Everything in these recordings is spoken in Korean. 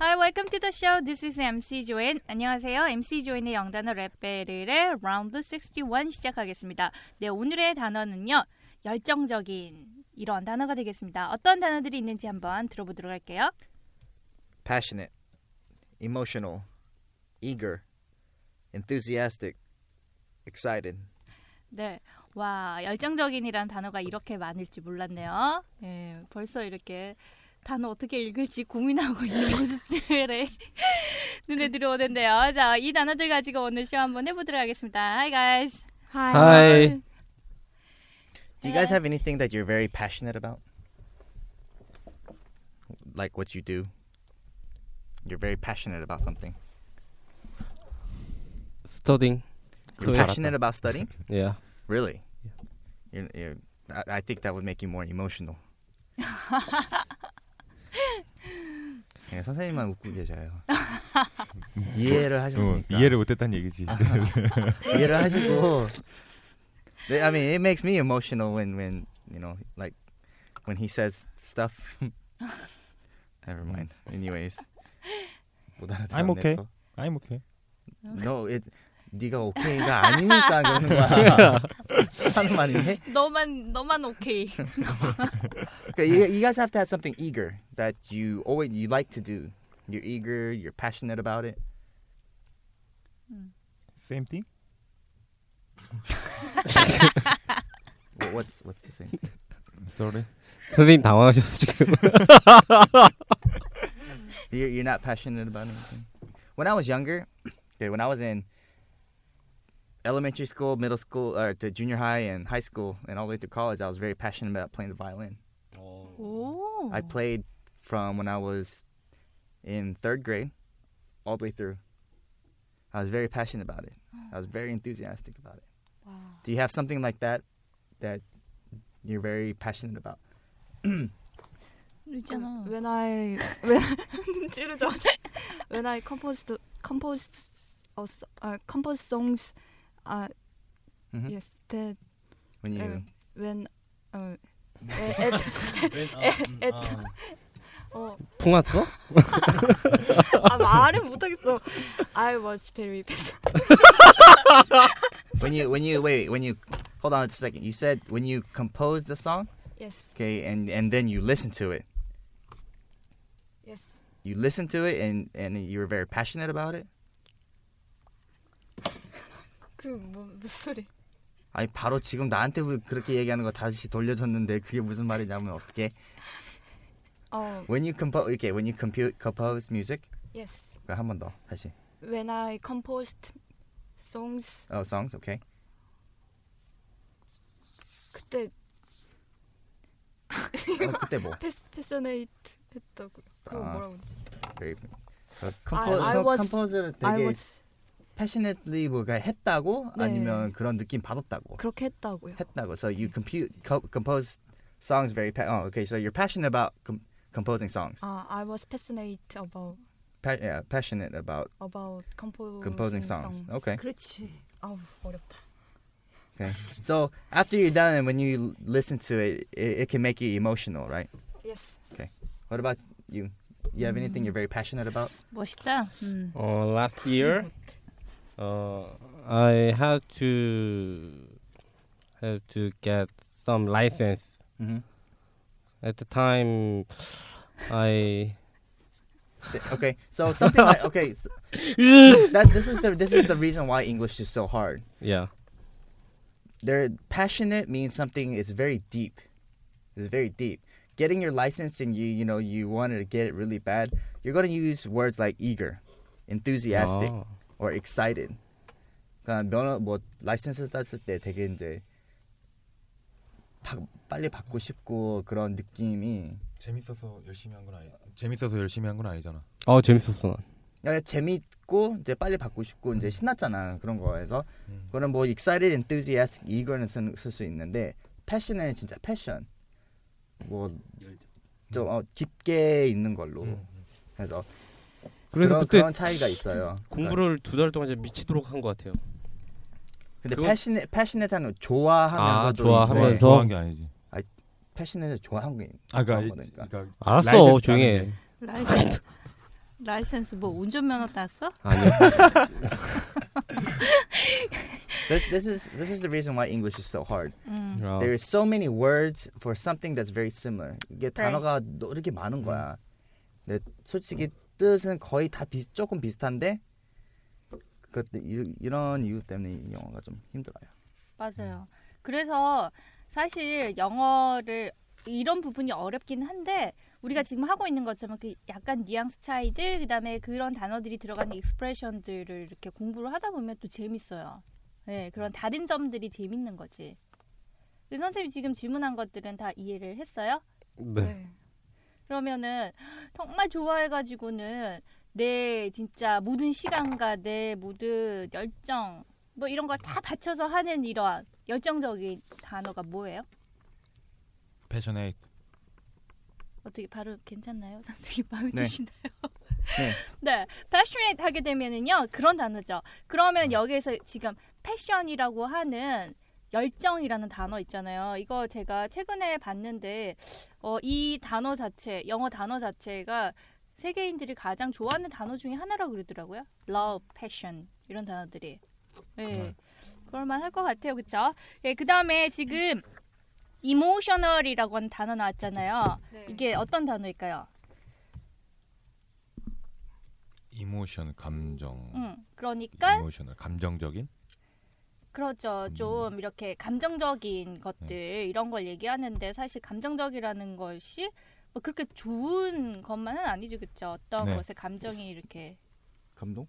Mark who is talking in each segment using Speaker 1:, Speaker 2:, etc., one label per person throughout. Speaker 1: Hi, welcome to the show. This is MC Join. 안녕하세요. MC Join의 영단어 랩벨의 라운드 61 시작하겠습니다. 네, 오늘의 단어는요. 열정적인 이런 단어가 되겠습니다. 어떤 단어들이 있는지 한번 들어보도록 할게요.
Speaker 2: passionate, emotional, eager, enthusiastic, excited.
Speaker 1: 네. 와, 열정적인이란 단어가 이렇게 많을 줄 몰랐네요. 예, 벌써 이렇게 단어 어떻게 읽을지 고민하고 있는 모습들에 눈에 들어오는데요. 자, 이 단어들 가지고 오늘 쇼 한번 해보도록 하겠습니다. Hi guys.
Speaker 3: Hi.
Speaker 2: Do you guys have anything that you're very passionate about? Like what you do? You're very passionate about something.
Speaker 3: Studying.
Speaker 2: You're
Speaker 3: Correct.
Speaker 2: passionate about studying?
Speaker 3: Yeah.
Speaker 2: Really? You're, you're, I, I think that would make you more emotional. 예, 선생님만 웃고 계셔요. 이해를 하셨습니까?
Speaker 4: 이해를 못했다는 얘기지.
Speaker 2: 이해를 하시고. 네, I mean, it makes me emotional when when you know like when he says stuff. Never mind. Anyways. 못 알아들었네,
Speaker 4: I'm okay.
Speaker 2: 또.
Speaker 4: I'm
Speaker 2: 뭐
Speaker 4: okay.
Speaker 2: No, it. 네가 오케이가 아니니까 그러는 거야. 하는 말인데.
Speaker 1: 너만 너만 오케이.
Speaker 2: Okay, you, you guys have to have something eager that you always you like to do. You're eager. You're passionate about it.
Speaker 4: Same thing?
Speaker 2: What- What's what's the same?
Speaker 4: Sorry.
Speaker 3: 선생님 당황하셨어 지금.
Speaker 2: You're, you're not passionate about anything. When I was younger, okay, when I was in elementary school, middle school, or to junior high and high school, and all the way through college, I was very passionate about playing the violin.
Speaker 1: 오.
Speaker 2: I played from when I was in third grade all the way through. I was very passionate about it. I was very enthusiastic about it. Do you have something like that that you're very passionate about?
Speaker 1: 있잖아.
Speaker 5: When I when 찌르죠. when I composed composed a s- uh, composed songs, uh,
Speaker 2: Mhm.
Speaker 5: yes, that
Speaker 2: When you
Speaker 5: uh, when uh,
Speaker 2: 네.
Speaker 5: at, at, at, 어,
Speaker 3: 풍았어?
Speaker 5: 아 말을 못하겠어. I was very patient.
Speaker 2: when you when you wait when you hold on just a second. You said when you composed the song.
Speaker 5: Yes,
Speaker 2: Okay, and and then you listen to it.
Speaker 5: yes.
Speaker 2: You listen to it, and and you were very passionate about it.
Speaker 5: 그뭐 무슨 소리?
Speaker 2: 아니 바로 지금 나한테 왜 그렇게 얘기하는 거 다시 돌려줬는데 그게 무슨 말이냐면 어떻게?
Speaker 5: 어,
Speaker 2: When you compose, okay, when you compute compose music.
Speaker 5: yes.
Speaker 2: 한번 더 다시.
Speaker 5: When I composed songs,
Speaker 2: Oh, songs, okay.
Speaker 5: 그때
Speaker 2: 어, 그때 뭐?
Speaker 5: 패스 패셔네이트 했다고. 그거
Speaker 2: 아.
Speaker 5: 뭐라고 그러지?
Speaker 2: Very.
Speaker 5: I- I was-
Speaker 2: 컴포즈를
Speaker 5: I
Speaker 2: 되게
Speaker 5: was
Speaker 2: passionately 뭐가 했다고
Speaker 5: 네.
Speaker 2: 아니면 그런 느낌 받았다고.
Speaker 5: 그렇게 했다고요.
Speaker 2: 했다고. So you compute co- compose songs very. Pa- oh, okay. So you're passionate about com- composing songs.
Speaker 5: 아, I was passionate about
Speaker 2: Pa- yeah, passionate about
Speaker 5: about composing,
Speaker 2: composing songs. Okay.
Speaker 5: 그렇지. 아우 어렵다.
Speaker 2: Okay. So after you're done and when you l- listen to it, it, it can make you emotional, right?
Speaker 5: Yes.
Speaker 2: What about you? You have anything you're very passionate about?
Speaker 1: 멋있다. 음.
Speaker 3: 어, last year, 어, I had to have to get some license.
Speaker 2: Mm-hmm.
Speaker 3: At the time, I
Speaker 2: Okay, so something like okay, so that this is the this is the reason why English is so hard.
Speaker 3: yeah.
Speaker 2: They're passionate means something it's very deep. It's very deep. Getting your license and you you know you wanted to get it really bad, you're going to use words like eager, enthusiastic,
Speaker 6: Oh.
Speaker 3: 아,
Speaker 2: or excited. 그러니까 면허 뭐 라이센스 땄을 때 되게 이제 바, 빨리 받고 싶고 그런 느낌이
Speaker 4: 재밌어서 열심히 한 건 아니. 재밌어서 열심히 한 건 아니잖아.
Speaker 3: 어 재밌었어. 난.
Speaker 2: 그러니까 재밌고 이제 빨리 받고 싶고 이제 신났잖아 그런 거에서 그거는 뭐 excited, enthusiastic 이거는 쓸수 있는데 passion은 진짜 passion 뭐좀 어, 깊게 있는 걸로 그래서
Speaker 3: 그래서
Speaker 2: 그런,
Speaker 3: 그때
Speaker 2: 그런 차이가 있어요. 그러니까
Speaker 7: 공부를 두 달 동안 진짜 미치도록 한 것 같아요.
Speaker 2: 근데
Speaker 7: 그거-
Speaker 2: passionate, passionate하는 거 좋아하면서
Speaker 3: 아,
Speaker 2: 도
Speaker 3: 좋아하면서.
Speaker 2: 네.
Speaker 4: 좋아한 게 아니지.
Speaker 2: passionate는 좋아하는 게
Speaker 4: 아, 그러니까,
Speaker 2: 그런
Speaker 4: 이-
Speaker 2: 거니까.
Speaker 4: 그러니까
Speaker 3: 알았어
Speaker 4: 라이센스
Speaker 3: 조용히 해.
Speaker 1: 라이센스 라이센스 뭐 운전면허 땄어?
Speaker 3: 아니야.
Speaker 2: this, this is this is the reason why English is so hard.
Speaker 1: 음.
Speaker 3: 아,
Speaker 2: There is so many words for something that's very similar. 이게 단어가 너- 이렇게 많은 거야. 근데 솔직히 뜻은 거의 다 비, 조금 비슷한데 그 이- 이런 이유 때문에 이 영어가 좀 힘들어요.
Speaker 1: 맞아요. 그래서 사실 영어를 이런 부분이 어렵긴 한데 우리가 지금 하고 있는 것처럼 그 약간 뉘앙스 차이들 그다음에 그런 단어들이 들어가는 익스프레션들을 이렇게 공부를 하다 보면 또 재밌어요. 네, 그런 다른 점들이 재밌는 거지. 근데 선생님이 지금 질문한 것들은 다 이해를 했어요?
Speaker 3: 네.
Speaker 1: 그러면은 정말 좋아해가지고는 내 진짜 모든 시간과 내 모든 열정 뭐 이런 걸 다 바쳐서 하는 이러한 열정적인 단어가 뭐예요?
Speaker 4: 패션에
Speaker 1: 어떻게 바로 괜찮나요? 선생님 마음에
Speaker 2: 네.
Speaker 1: 드시나요?
Speaker 2: 네.
Speaker 1: 네, passionate 하게 되면은요 그런 단어죠.
Speaker 2: 음.
Speaker 1: 그러면 여기에서 지금 패션이라고 하는 열정이라는 단어 있잖아요. 이거 제가 최근에 봤는데 어, 이 단어 자체, 영어 단어 자체가 세계인들이 가장 좋아하는 단어 중에 하나라고 그러더라고요. love, passion 이런 단어들이. 네,
Speaker 2: 음.
Speaker 1: 그럴만 할 것 같아요, 그렇죠? 예, 그 다음에 지금 emotional이라고 하는 단어 나왔잖아요. 이게 어떤 단어일까요?
Speaker 4: 이모션 감정.
Speaker 1: 음, 그러니까
Speaker 4: 이모셔널 감정적인
Speaker 1: 그렇죠. 좀 이렇게 감정적인 것들 이런 걸 얘기하는데 사실 감정적이라는 것이 뭐 그렇게 좋은 것만은 아니죠, 그렇죠? 어떤
Speaker 4: 네.
Speaker 1: 것에 감정이 이렇게
Speaker 2: 감동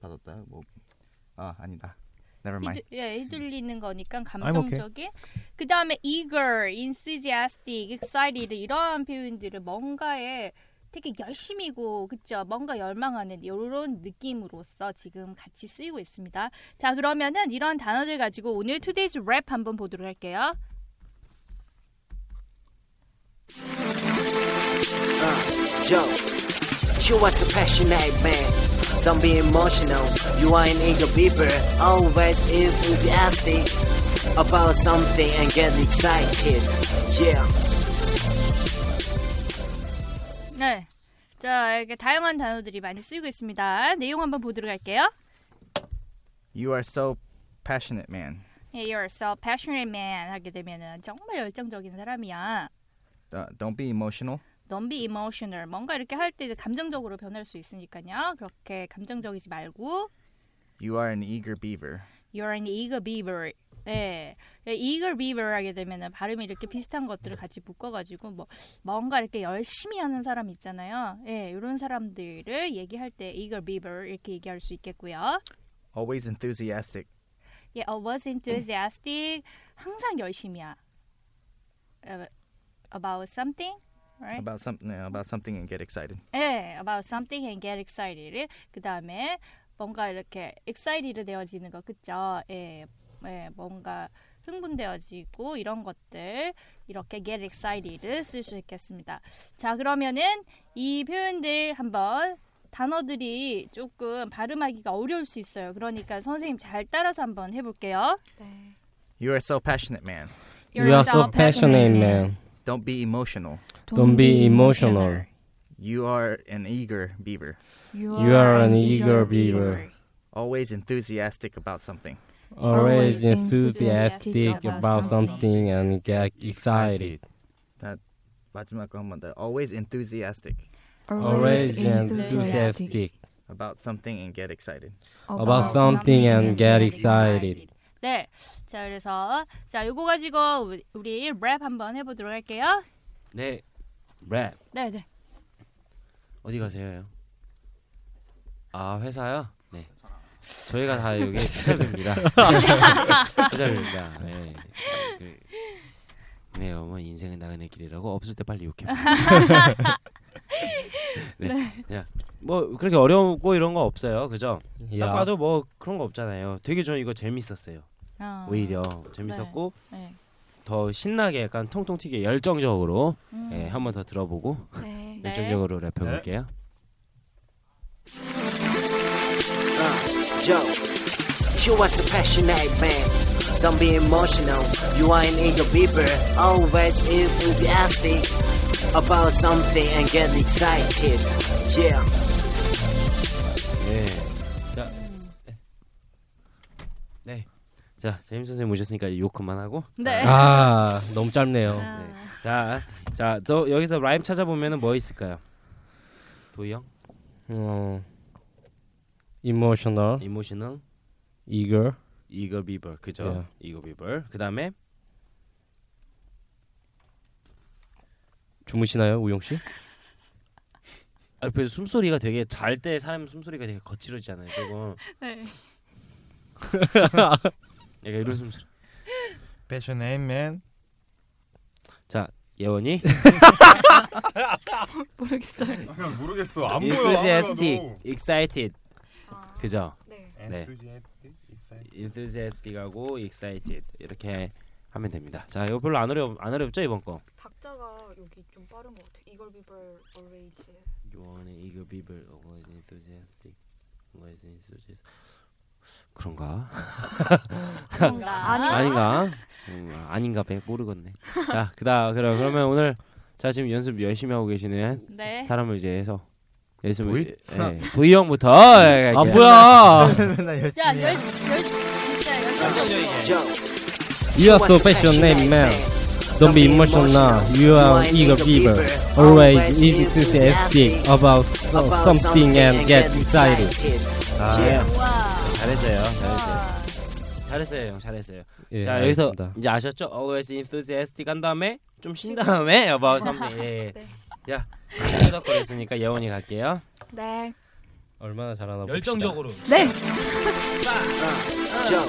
Speaker 2: 받았다요? 뭐아 아니다. Never mind.
Speaker 1: 휘둘- 예, 휘둘리는 거니까
Speaker 4: I'm okay.
Speaker 1: 감정적인. 그 다음에 eager, enthusiastic, excited 이러한 표현들을 뭔가에 되게 열심이고 그쵸 뭔가 열망하는 이런 느낌으로서 지금 같이 쓰이고 있습니다. 자 그러면은 이런 단어들 가지고 오늘 today's rap 한번 보도록 할게요.
Speaker 8: Yo, you was a passionate man. Don't be emotional. You are an eager beaver. Always enthusiastic about something and get excited. Yeah.
Speaker 1: 네. 자 이렇게 다양한 단어들이 많이 쓰이고 있습니다. 내용 한번 보도록 할게요.
Speaker 2: You are so passionate, man.
Speaker 1: Yeah, 예, you're so passionate man 하게 되면은 정말 열정적인 사람이야.
Speaker 2: Uh, don't be emotional.
Speaker 1: Don't be emotional. 뭔가 이렇게 할 때 감정적으로 변할 수 있으니까요. 그렇게 감정적이지 말고
Speaker 2: You are an eager beaver.
Speaker 1: You're an eager beaver. 네, 네, eager beaver 하게 되면 발음이 이렇게 비슷한 것들을 같이 묶어가지고 뭐 뭔가 이렇게 열심히 하는 사람 있잖아요. 예, 이런 사람들을 얘기할 때 eager beaver 이렇게 얘기할 수 있겠고요.
Speaker 2: Always enthusiastic.
Speaker 1: 예, I was enthusiastic. 항상 열심이야. About something, right?
Speaker 2: About something about something and get excited.
Speaker 1: 예, about something and get excited. 그 다음에 뭔가 이렇게 excited 되어지는 거, 그쵸? 예, 예, 뭔가 흥분되어지고 이런 것들 이렇게 get excited 쓸 수 있겠습니다. 자, 그러면은 이 표현들 한번 단어들이 조금 발음하기가 어려울 수 있어요. 그러니까 선생님 잘 따라서 한번 해볼게요.
Speaker 5: 네.
Speaker 2: You are so passionate, man.
Speaker 3: You are so passionate, man.
Speaker 2: Don't be emotional.
Speaker 3: Don't be emotional.
Speaker 2: You are an eager beaver,
Speaker 3: You are an eager beaver.
Speaker 2: always enthusiastic about something.
Speaker 3: Always
Speaker 5: Always
Speaker 3: enthusiastic
Speaker 5: enthusiastic
Speaker 3: about
Speaker 5: about
Speaker 3: something and get excited.
Speaker 2: 마지막 거 한번 더. Always enthusiastic.
Speaker 3: Always enthusiastic
Speaker 2: about something and get excited.
Speaker 1: 아,
Speaker 3: about something and get excited.
Speaker 1: 네. 자, 그래서 자, 요거 가지고 우리- 우리 랩 한번 해 보도록 할게요.
Speaker 6: 네, 랩
Speaker 1: 네, 네.
Speaker 6: 어디 가세요? 아 회사요? 네. 저희가 다 여기 투잡입니다. 투잡입니다. 네. 그, 네, 어머 인생은 나그네 길이라고 없을 때 빨리 욕해. 네.
Speaker 1: 네.
Speaker 6: 자, 뭐 그렇게 어려운거 이런 거 없어요, 그죠?
Speaker 3: 야.
Speaker 6: 딱 봐도 뭐 그런 거 없잖아요. 되게 저는 이거 재밌었어요.
Speaker 1: 어.
Speaker 6: 오히려 재밌었고
Speaker 1: 네, 네.
Speaker 6: 더 신나게 약간 통통 튀게 열정적으로
Speaker 1: 음.
Speaker 6: 예, 한 번 더 들어보고
Speaker 1: 네.
Speaker 6: 열정적으로 랩해 볼게요.
Speaker 8: Joe, uh, you was a passionate man. Don't be emotional. You are an eager beaver. Always enthusiastic about something and get excited. Yeah.
Speaker 6: 네. Eh, 자. 네. 자, 재임 선생님 모셨으니까 욕 그만하고.
Speaker 1: 네.
Speaker 3: 아, 너무 짧네요.
Speaker 6: 네. 자, 자, 저 여기서 라임 찾아보면은 뭐 있을까요? 도희 형?
Speaker 3: 어, emotional,
Speaker 6: 이모셔널,
Speaker 3: eager,
Speaker 6: 이거 비버. 그죠?
Speaker 3: 네.
Speaker 6: 이거 비버. 그다음에
Speaker 3: 주무시나요, 우용 씨?
Speaker 6: 앞에 숨소리가 되게 잘 때 사람 숨소리가 되게 거칠어지잖아요. 그리고
Speaker 1: 네.
Speaker 6: 약간 이런 숨소리.
Speaker 4: 패션의 맨.
Speaker 6: 자, 예원이
Speaker 5: 모르겠어요.
Speaker 4: 그냥 아, 모르겠어. 안 보여.
Speaker 6: enthusiastic, excited. 그죠?
Speaker 5: 네.
Speaker 6: 네. enthusiastic하고 excited 이렇게 하면 됩니다. 자, 이거 별로 안 어려 안 어렵죠 이번 거.
Speaker 5: 박자가 여기 좀 빠른 것 같아. 이걸 비벌 always.
Speaker 6: You want to eager people, always enthusiastic, always enthusiastic. 그런가?
Speaker 3: 아.
Speaker 1: 그런가?
Speaker 6: 아닌가? 음, 아닌가? 배 모르겠네. 자, 그다 그럼 그러면 오늘 자 지금 연습 열심히 하고 계시는
Speaker 1: 네.
Speaker 6: 사람을 이제 해서 연습을
Speaker 4: 도희?
Speaker 6: 이제- 예, 도희 형부터. 아
Speaker 3: 뭐야?
Speaker 1: 야, 열, 열, 진짜 열정적으로.
Speaker 8: Joe,
Speaker 3: You are so passionate, man. Don't be emotional. You are eager giver. Always enthusiastic about so-
Speaker 8: about
Speaker 3: something and get excited.
Speaker 6: 아,
Speaker 1: 와.
Speaker 6: 잘했어요. 잘했어요.
Speaker 1: 와.
Speaker 6: 잘했어요, 형. 잘했어요.
Speaker 3: 예,
Speaker 6: 자 여기서
Speaker 3: 알겠습니다.
Speaker 6: 이제 아셨죠? always enthusiastic 한 다음에 좀 쉰 다음에 about something. 예.
Speaker 5: 네.
Speaker 6: 예. 야, 끄덕거렸으니까 예원이 갈게요.
Speaker 5: 네.
Speaker 3: 얼마나 잘하나 봅시다.
Speaker 7: 열정적으로.
Speaker 5: 네.
Speaker 8: Joe,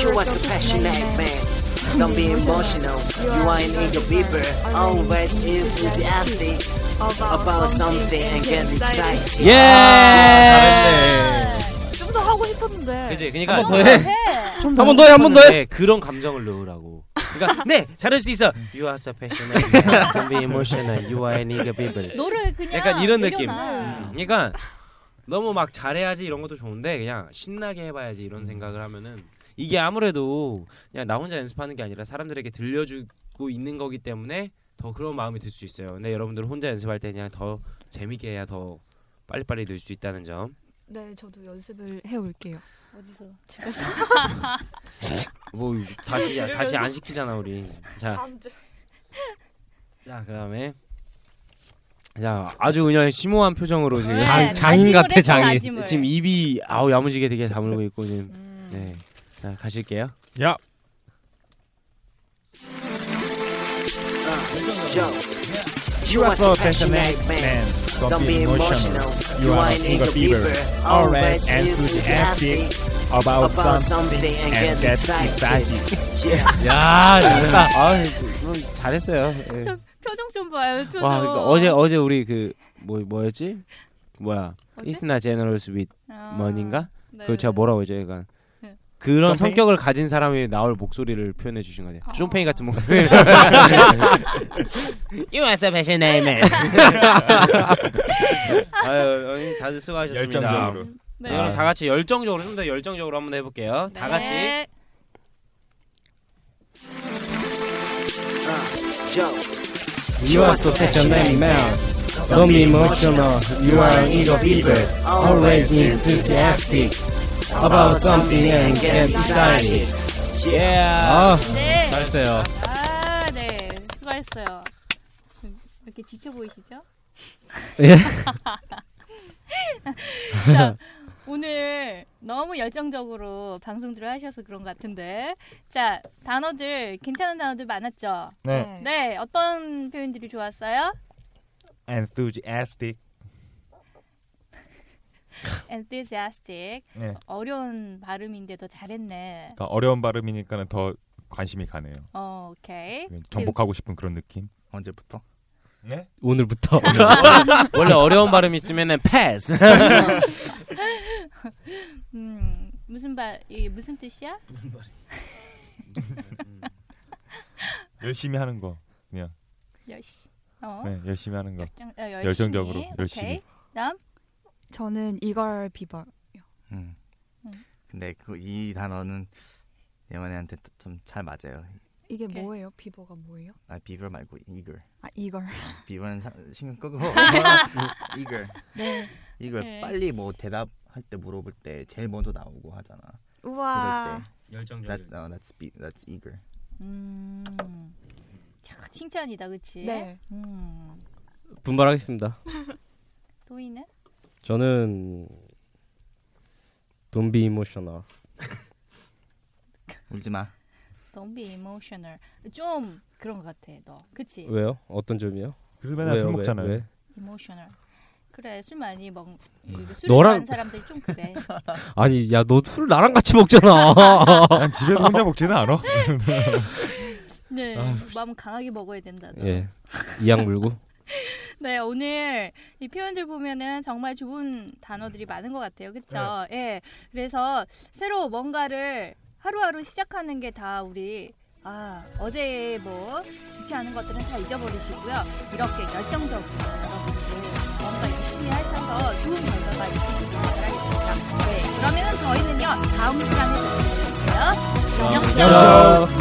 Speaker 8: you was a passionate man. Don't be emotional. You are an eager beaver. Always enthusiastic about something and get excited.
Speaker 6: 예. 아, 네,
Speaker 1: 네.
Speaker 5: 좀 더 하고 싶었는데.
Speaker 6: 그지? 그러니까
Speaker 3: 한번더 해. 한번 더 해, 한번 더 해.
Speaker 6: 싶었는데 네, 그런 감정을 넣으라고. 그러니까 네, 잘할 수 있어. You are so passionate. Don't be emotional. You are an eager people.
Speaker 1: 네. 노를 그냥
Speaker 6: 약간 이런 느낌.
Speaker 1: 내려놔.
Speaker 6: 음, 그러니까 너무 막 잘해야지 이런 것도 좋은데 그냥 신나게 해봐야지 이런 생각을 하면은 이게 아무래도 그냥 나 혼자 연습하는 게 아니라 사람들에게 들려주고 있는 거기 때문에 더 그런 마음이 들 수 있어요. 근데 여러분들 혼자 연습할 때 그냥 더 재밌게 해야 더 빨리빨리 늘 수 있다는 점.
Speaker 5: 네, 저도 연습을 해 올게요.
Speaker 1: 어디서?
Speaker 6: 뭐 다시 다시 안 시키잖아 우리. 자
Speaker 5: 다음 주.
Speaker 6: 자 그다음에 자 아주 그냥 심오한 표정으로 지금
Speaker 1: 네,
Speaker 3: 장- 장인 같아,
Speaker 1: 나침을 했어,
Speaker 3: 장인.
Speaker 1: 나침을.
Speaker 6: 지금 입이 아우 야무지게 되게 다물고 있고 지금
Speaker 1: 음.
Speaker 6: 네자 가실게요
Speaker 4: 야.
Speaker 8: Joe, you was a passionate man. Don't be emotional. You are an eager beaver. Always enthusiastic
Speaker 9: about
Speaker 8: about something and get excited. Yeah.
Speaker 3: 야, 잘했다.
Speaker 6: 아 잘했어요 예.
Speaker 1: 저 표정 좀 봐요. 표정.
Speaker 6: 와 그러니까 어제 어제 우리 그 뭐 뭐였지 뭐야
Speaker 1: 어제?
Speaker 6: 이스나 제너럴스 윗
Speaker 1: 아,
Speaker 6: 머니인가
Speaker 1: 네,
Speaker 6: 그 제가
Speaker 1: 네.
Speaker 6: 뭐라고 이제 약간
Speaker 1: 네.
Speaker 6: 그런
Speaker 4: 점팽이?
Speaker 6: 성격을 가진 사람이 나올 목소리를 표현해 주신 거네요.
Speaker 1: 아.
Speaker 6: 쇼팽이 같은 목소리. You are so passionate man. 아유, 어머니 다들 수고하셨습니다.
Speaker 4: 열정적으로.
Speaker 1: 네.
Speaker 6: 네, 그럼 다 같이 열정적으로 좀 더 열정적으로 한번 해볼게요. 다 같이.
Speaker 1: 네.
Speaker 8: Joe,
Speaker 3: You are so passionate, man. Don't be emotional. You are an eager beaver. Always enthusiastic about something and get excited. 아,
Speaker 1: 네.
Speaker 3: 잘했어요.
Speaker 1: 아, 네. 수고하셨어요. 왜 이렇게 지쳐 보이시죠?
Speaker 10: 예.
Speaker 1: 자, 오늘 너무 열정적으로 방송들을 하셔서 그런 것 같은데 자 단어들 괜찮은 단어들 많았죠?
Speaker 4: 네.
Speaker 1: 네 어떤 표현들이 좋았어요? 네.
Speaker 4: enthusiastic.
Speaker 1: enthusiastic
Speaker 4: 네.
Speaker 1: 어려운 발음인데 더 잘했네.
Speaker 4: 그러니까 어려운 발음이니까는 더 관심이 가네요.
Speaker 1: 어, 오케이.
Speaker 4: 네. 정복하고 싶은 그런 느낌.
Speaker 2: 언제부터?
Speaker 4: 네?
Speaker 10: 오늘부터.
Speaker 6: 원래 어려운 발음 있으면은 패스.
Speaker 1: 음 무슨 발 이게 무슨 뜻이야? 무슨 발?
Speaker 4: 열심히 하는 거. 그냥.
Speaker 1: 열시. 어.
Speaker 4: 네, 열심히 하는 거.
Speaker 1: 열정, 어, 열심히.
Speaker 4: 열정적으로
Speaker 1: 오케이.
Speaker 4: 열심히.
Speaker 1: 다음.
Speaker 5: 저는 이걸 비버.
Speaker 2: 음.
Speaker 1: 음.
Speaker 2: 근데 그, 이 단어는 예만이한테 좀 잘 맞아요.
Speaker 5: 이게 뭐예요? 비버가 뭐예요?
Speaker 2: 아 비글 말고 이글.
Speaker 5: 아 이걸.
Speaker 2: 비글은 사, 신경 끄고 뭐, 이글.
Speaker 5: 네.
Speaker 2: 이글
Speaker 5: 네.
Speaker 2: 빨리 뭐 대답할 때 물어볼 때 제일 먼저 나오고 하잖아.
Speaker 1: 우와.
Speaker 6: 열정적인.
Speaker 2: That, no, that's be, that's eager.
Speaker 1: 음. 참 칭찬이다, 그렇지?
Speaker 5: 네.
Speaker 1: 음.
Speaker 7: 분발하겠습니다.
Speaker 1: 도희는?
Speaker 7: 저는 Don't be emotional.
Speaker 2: 울지 마.
Speaker 1: Don't be emotional. 좀 그런 것 같아, 너. 그치?
Speaker 7: 왜요? 어떤 점이요?
Speaker 4: 그래도 맨날
Speaker 7: 왜요?
Speaker 4: 술
Speaker 7: 왜?
Speaker 4: 먹잖아요.
Speaker 7: 왜?
Speaker 1: emotional. 그래, 술 많이 먹...
Speaker 7: 너랑-
Speaker 1: 술 좋아하는 사람들이 좀 그래.
Speaker 7: 아니 야 너 술 나랑 같이 먹잖아.
Speaker 4: 난 집에서 혼자 먹지는 않아.
Speaker 1: 네,
Speaker 7: 아,
Speaker 1: 마음 강하게 먹어야 된다. 너.
Speaker 7: 예. 이양 물고.
Speaker 1: 네, 오늘 이 표현들 보면은 정말 좋은 단어들이 많은 것 같아요. 그쵸? 예. 그래서 새로 뭔가를 하루하루 시작하는 게 다 우리, 아, 어제 뭐, 좋지 않은 것들은 다 잊어버리시고요. 이렇게 열정적으로 여러분들 뭔가 열심히 하셔서 좋은 결과가 있으시길 바라겠습니다. 네, 그러면은 저희는요, 다음 시간에 뵙도록 할게요. 안녕.
Speaker 7: 안녕.